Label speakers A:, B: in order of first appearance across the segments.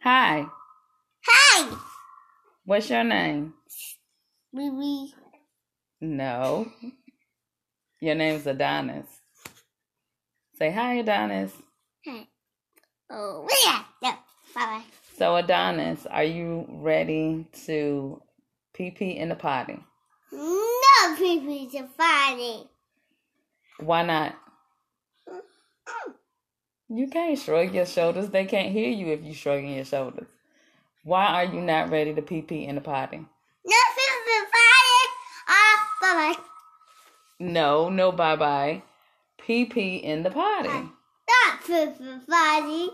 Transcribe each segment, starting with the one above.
A: Hi,
B: Hi,
A: what's your name?
B: Ruby.
A: No. Your name's Adonis. Say hi, Adonis.
B: Hi. Oh, yeah. No. Bye bye.
A: So, Adonis, are you ready to pee pee in the potty?
B: No, Pee-Pee's a Friday.
A: Why not?
B: Hmm,
A: You can't shrug your shoulders. They can't hear you if you shrugging your shoulders. Why are you not ready to pee pee in the potty?
B: No, Pee-Pee's a Friday. Ah, bye bye.
A: No, no, bye bye. Pee pee in the potty.
B: Not Pee-Pee's Friday.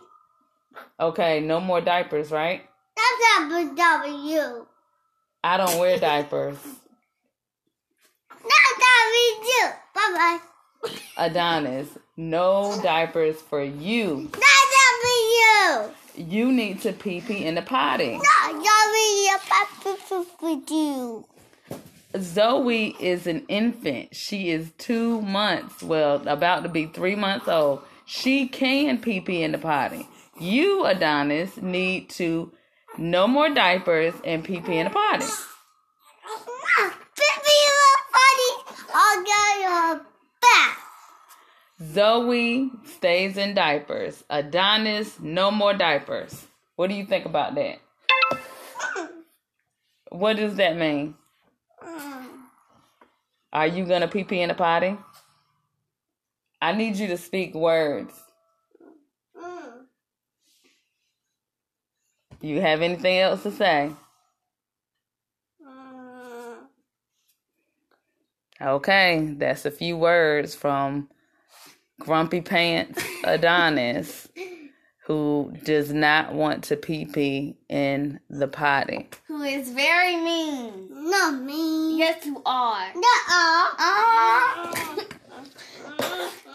A: Okay, no more diapers, right?
B: That's not for W.
A: I don't wear diapers.
B: Not W. Bye bye.
A: Adonis, no diapers for you.
B: Not W.
A: You need to pee pee in the potty.
B: Not W. Bye bye.
A: Zoe is an infant. She is two months, well, about to be three months old. She can pee pee in the potty. You, Adonis, need to no more diapers and pee pee in the potty.
B: Not Pee-Pee's a Friday. I'll get your back.
A: Zoe stays in diapers. Adonis, no more diapers. What do you think about that? What does that mean?
B: Mm,
A: Are you gonna pee pee in the potty? I need you to speak words.
B: mm,
A: You have anything else to say?
B: mm.
A: Okay, that's a few words from Grumpy Pants Adonis, who does not want to pee pee in the potty.
C: Who is very mean.
B: Not me.
C: Yes, you are.
B: Nuh-uh.
C: Uh-huh.